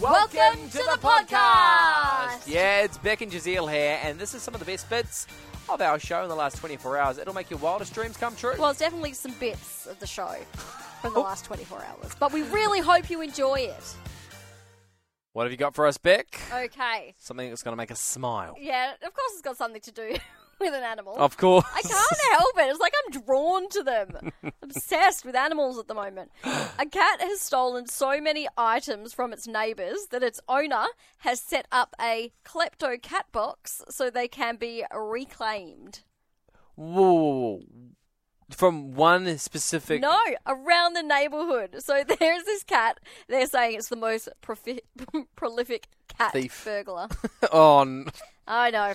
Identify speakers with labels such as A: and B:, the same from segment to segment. A: Welcome to the podcast.
B: Yeah, it's Beck and Jazeel here, and this is some of the best bits of our show in the last 24 hours. It'll make your wildest dreams come true.
A: Well, it's definitely some bits of the show from the
B: Oh.
A: last 24 hours, but we really hope you enjoy it.
B: What have you got for us, Beck?
A: Okay.
B: Something that's going to make us smile.
A: Yeah, of course it's got something to do with an animal.
B: Of course.
A: I can't help it. It's like I'm drawn to them. Obsessed with animals at the moment. A cat has stolen so many items from its neighbours that its owner has set up a klepto cat box so they can be reclaimed.
B: Whoa, whoa, whoa. From one specific.
A: No, around the neighborhood. So there's this cat. They're saying it's the most profi- prolific cat
B: Thief.
A: burglar.
B: Oh, n-
A: I know.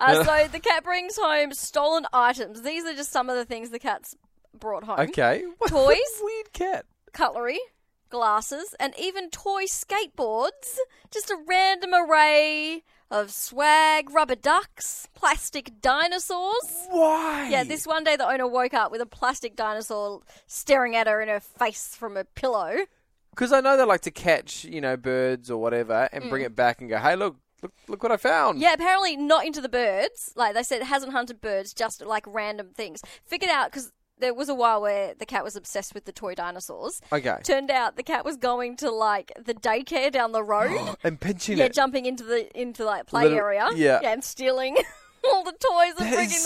A: Uh, so the cat brings home stolen items. These are just some of the things the cat's brought home
B: okay. What a
A: Toys?
B: Weird cat.
A: cutlery, glasses, and even toy skateboards. Just a random array of swag, rubber ducks, plastic dinosaurs.
B: Why?
A: Yeah, this one day the owner woke up with a plastic dinosaur staring at her in her face from a pillow.
B: Because I know they like to catch, you know, birds or whatever and bring it back and go, hey, look, look, look what I found.
A: Mm. Yeah, apparently not into the birds. Like they said, it hasn't hunted birds, just like random things. Figured out because there was a while where the cat was obsessed with the toy dinosaurs.
B: Okay.
A: Turned out the cat was going to like the daycare down the road.
B: And pinching
A: yeah,
B: it.
A: jumping into the into like play
B: Little-
A: area.
B: yeah.
A: and stealing. All the toys and
B: That
A: bringing
B: is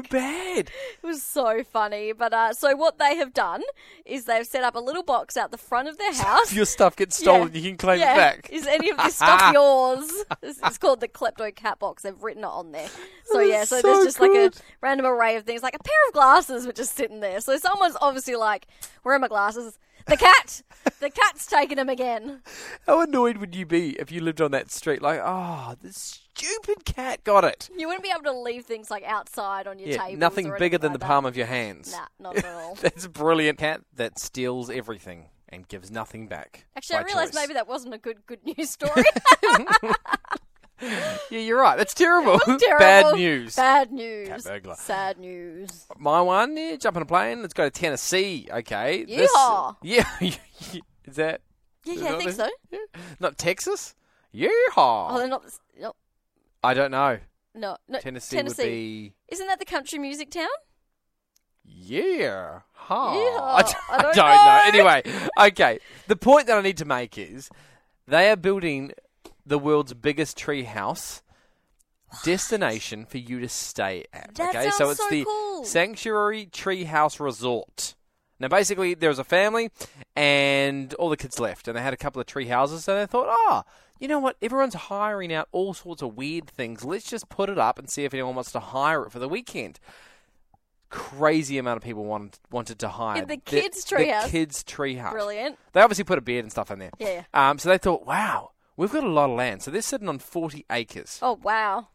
B: so
A: back.
B: bad.
A: It was so funny. But uh, so what they have done is they've set up a little box out the front of their house.
B: If your stuff gets stolen,
A: Yeah.
B: you can claim
A: yeah.
B: it back.
A: Is any of this stuff yours? It's, it's called the Klepto Cat Box. They've written it on there. So
B: That is
A: yeah, so,
B: Oh, so
A: there's just like
B: good.
A: a random array of things, like a pair of glasses were just sitting there. So someone's obviously like, "Where are my glasses?" The cat, the cat's taken them again.
B: How annoyed would you be if you lived on that street? Like, oh, this stupid cat got it.
A: You wouldn't be able to leave things like outside on your
B: Yeah,
A: table.
B: nothing bigger than the palm of your hands.
A: Nah, not at all.
B: That's brilliant. Cat that steals everything and gives nothing back.
A: Actually, I
B: by
A: realised
B: choice.
A: maybe that wasn't a good good news story.
B: Yeah, you're right. That's terrible.
A: Terrible.
B: Bad news.
A: Bad news.
B: Cat burglar.
A: Sad news.
B: My one, yeah, jump on a plane. Let's go to Tennessee. Okay.
A: Yeehaw.
B: This, yeah. Is that
A: Yeah,
B: Is
A: yeah, I
B: that
A: think
B: it?
A: so.
B: not Texas? Yeehaw.
A: Oh, they're not. No,
B: I don't know.
A: no, no
B: Tennessee,
A: Uh, Tennessee.
B: would be.
A: Isn't that the country music town?
B: Yeah. Huh.
A: Yeehaw.
B: I d-
A: I
B: I
A: don't
B: don't,
A: know.
B: know. Anyway, okay. The point that I need to make is they are building the world's biggest tree house destination for you to stay at.
A: That
B: okay,
A: sounds
B: so it's
A: so
B: the
A: cool.
B: Sanctuary Tree House Resort. Now, basically, there was a family and all the kids left, and they had a couple of tree houses, and they thought, oh, you know what? Everyone's hiring out all sorts of weird things. Let's just put it up and see if anyone wants to hire it for the weekend crazy amount of people wanted wanted to hire
A: In the
B: their-
A: kids'
B: their
A: treehouse.
B: kids' treehouse.
A: Brilliant.
B: They obviously put a bed and stuff in there.
A: Yeah.
B: Um. So they thought, wow, we've got a lot of land. So they're sitting on forty acres.
A: Oh wow.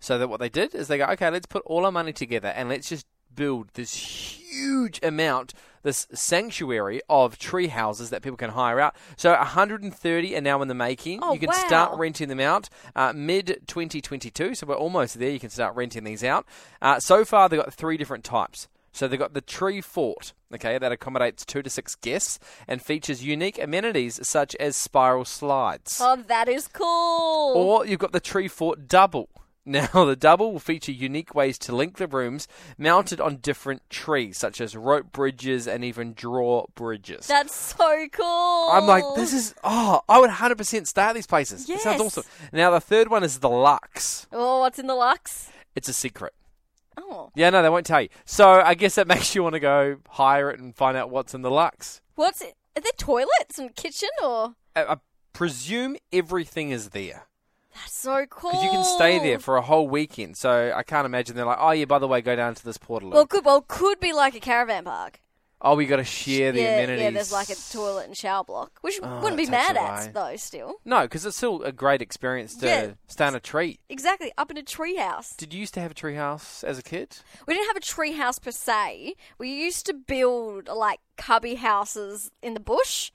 B: So that what they did is they go, okay, let's put all our money together and let's just build this huge amount, this sanctuary of tree houses that people can hire out. So 130 are now in the making.
A: Oh,
B: you can
A: wow.
B: start renting them out uh, mid 2022. So we're almost there. You can start renting these out. Uh, so far, they've got three different types. So they've got the tree fort, okay, that accommodates two to six guests and features unique amenities such as spiral slides.
A: Oh, that is cool.
B: Or you've got the Tree Fort Double. Now, the double will feature unique ways to link the rooms mounted on different trees, such as rope bridges and even draw bridges.
A: That's so cool.
B: I'm like, this is, oh, I would 100% stay at these places. It
A: Yes.
B: sounds awesome. Now, the third one is the Lux.
A: Oh, what's in the Lux?
B: It's a secret.
A: Oh,
B: Yeah, no, they won't tell you. So I guess that makes you want to go hire it and find out what's in the Lux.
A: what's it? Are there toilets and kitchen or?
B: I, I presume everything is there.
A: That's so cool.
B: Because you can stay there for a whole weekend. So I can't imagine they're like, oh, yeah, by the way, go down to this portal.
A: Well, could well could be like a caravan park.
B: Oh, we got to share the
A: yeah,
B: amenities. Oh,
A: yeah. There's like a toilet and shower block, which wouldn't
B: that
A: be
B: takes
A: mad
B: it
A: at
B: away.
A: though. Still,
B: No, because it's still a great experience to
A: Yeah.
B: stay in a tree.
A: exactly. Up in a treehouse.
B: Did you used to have a tree house as a kid?
A: We didn't have a tree house per se. We used to build like cubby houses in the bush.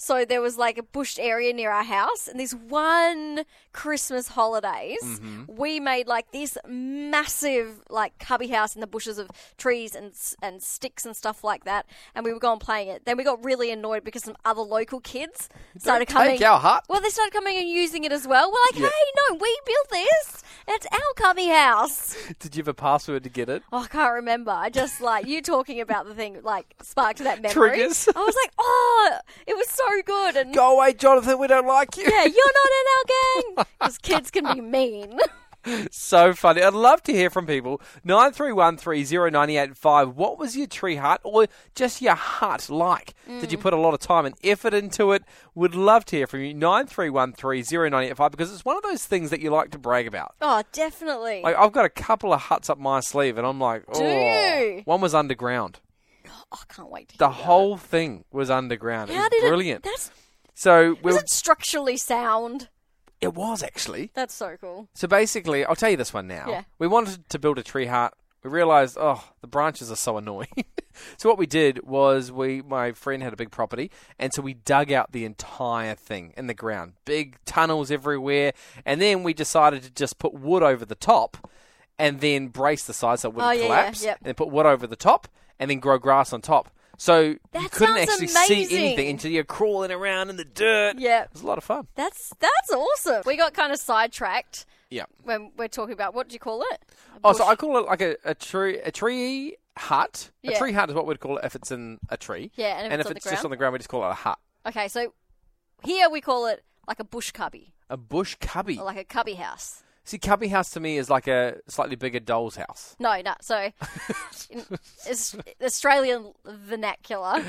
A: So there was like a bushed area near our house, and this one Christmas holidays,
B: Mm-hmm.
A: we made like this massive like cubby house in the bushes of trees and s- and sticks and stuff like that, and we were going playing it. Then we got really annoyed because some other local kids started
B: take
A: coming.
B: our hut.
A: Well, they started coming and using it as well. We're like,
B: Yeah.
A: hey, no, we built this. It's our cubby house.
B: Did you have a password to get it?
A: Oh, I can't remember. I just like you talking about the thing like sparked that memory.
B: Triggers.
A: I was like, oh, it was so good, and
B: Go away, Jonathan. We don't like you.
A: yeah, you're not in our gang because kids can be mean.
B: So funny. I'd love to hear from people. 93130985. What was your tree hut or just your hut like? Did you put a lot of time and effort into it? Would love to hear from you. 93130985 because it's one of those things that you like to brag about.
A: oh, definitely.
B: Like, I've got a couple of huts up my sleeve and I'm like, oh.
A: you?
B: One was underground.
A: oh, I can't wait. To
B: The
A: hear
B: whole thing was underground.
A: How
B: it was
A: did
B: brilliant.
A: It, that's
B: so we
A: was
B: were,
A: it structurally sound?
B: it was actually.
A: That's so cool.
B: So basically, I'll tell you this one now.
A: Yeah.
B: We wanted to build a tree hut. We realised, oh, the branches are so annoying. so what we did was we, my friend had a big property, and so we dug out the entire thing in the ground, big tunnels everywhere, and then we decided to just put wood over the top, and then brace the sides so it wouldn't
A: Oh, yeah, yeah,
B: collapse,
A: yep.
B: and then put wood over the top, and then grow grass on top. So you
A: That
B: couldn't
A: sounds
B: actually see
A: amazing.
B: anything until you're crawling around in the dirt.
A: Yeah.
B: it was a lot of fun.
A: That's that's awesome. We got kind of sidetracked
B: Yeah.
A: when we're talking about what do you call it?
B: Oh, so I call it like a, a tree a tree hut. A
A: Yeah.
B: tree hut is what we'd call it if it's in a tree.
A: Yeah, and if it's on the
B: just
A: ground?
B: on the ground, we just call it a hut.
A: Okay, so here we call it like a bush cubby
B: A bush cubby.
A: or like a cubby house.
B: See, cubby house to me is like a slightly bigger doll's house.
A: No, no. So, in- it's Australian vernacular,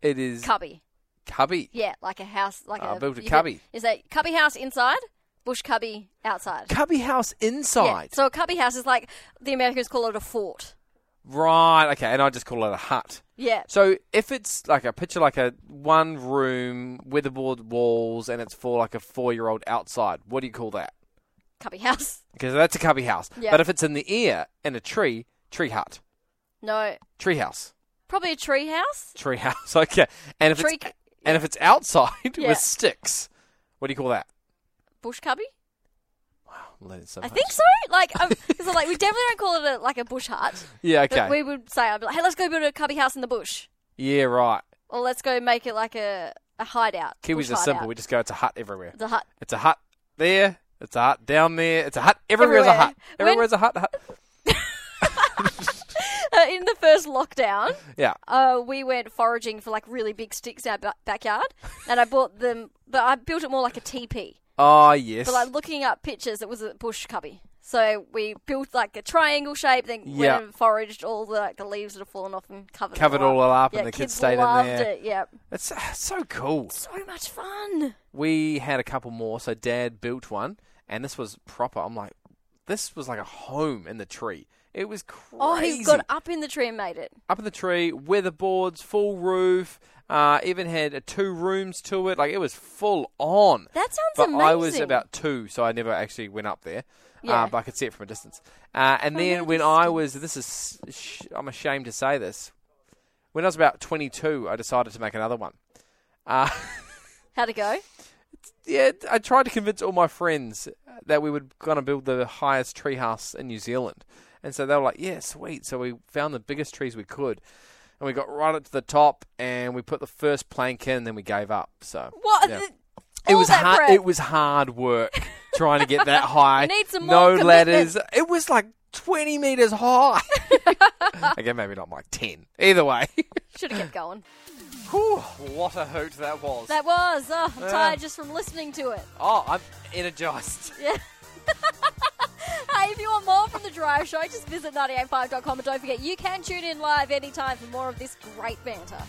B: It is
A: cubby.
B: cubby.
A: Yeah, like a house, like
B: Oh,
A: a
B: built a
A: you could-
B: cubby.
A: Is that cubby house inside, bush cubby outside?
B: Cubby house
A: Yeah,
B: inside.
A: So a cubby house is like the Americans call it a fort.
B: Right. Okay, and I just call it a hut.
A: Yeah.
B: So if it's like a picture, like a one room weatherboard walls, and it's for like a four year old outside. What do you call that?
A: Cubby house.
B: Because that's a cubby house.
A: Yeah.
B: But if it's in the air in a tree, tree hut,
A: No,
B: tree house.
A: probably a tree house.
B: Tree house, okay. And if
A: Tree
B: it's
A: cu-
B: and if it's outside
A: Yeah.
B: with sticks, what do you call that?
A: Bush cubby?
B: I'm learning so
A: I
B: much.
A: think so. Like, um, so like we definitely don't call it a, like a bush hut.
B: Yeah,
A: But
B: okay.
A: we would say, I'd be like, hey, let's go build a cubby house in the bush,
B: yeah, right.
A: or let's go make it like a, a hideout.
B: Kiwis
A: bush
B: are simple.
A: hideout.
B: We just go. It's a hut everywhere.
A: It's a hut.
B: It's a hut there. It's a hut down there. It's a hut everywhere's a
A: Everywhere.
B: hut.
A: When-
B: Everywhere's a hut. hut.
A: Uh, in the first lockdown,
B: Yeah.
A: uh, we went foraging for like really big sticks in our ba- backyard, and I bought them, but I built it more like a teepee.
B: Oh yes.
A: But like looking up pictures, it was a bush cubby. So we built like a triangle shape, then
B: Yeah.
A: went and foraged all the like the leaves that have fallen off and covered
B: Covered all
A: up.
B: up,
A: Yeah,
B: and the kids,
A: kids
B: stayed
A: loved
B: in there.
A: it. Yeah,
B: It's uh, so cool.
A: so much fun.
B: We had a couple more. So Dad built one, and this was proper. I'm like, this was like a home in the tree. It was crazy.
A: Oh, he got up in the tree and made it.
B: up in the tree, weatherboards, full roof. Uh, even had uh, two rooms to it. Like it was full on.
A: That sounds
B: but
A: amazing.
B: I was about two, so I never actually went up there. Uh,
A: Yeah.
B: but I could see it from a distance. Uh, and
A: From a
B: then when I was, this is, sh- I'm ashamed to say this. When I was about 22, I decided to make another one. Uh,
A: How'd it go?
B: yeah, I tried to convince all my friends that we were going to build the highest tree house in New Zealand. And so they were like, yeah, sweet. So we found the biggest trees we could. And we got right up to the top and we put the first plank in, and then we gave up. So
A: What?
B: yeah. it
A: all
B: was
A: that
B: hard.
A: prep.
B: It was hard work trying to get that high.
A: You need some
B: no
A: more
B: ladders. It was like twenty meters high. Again, maybe not like ten. Either way,
A: Should have kept going.
B: Whew, what a hoot that was.
A: That was. Oh,
B: Ah.
A: I'm tired just from listening to it.
B: oh, I'm energized.
A: Yeah. hey, if you want more from The Drive Show, just visit 985.com and don't forget you can tune in live anytime for more of this great banter.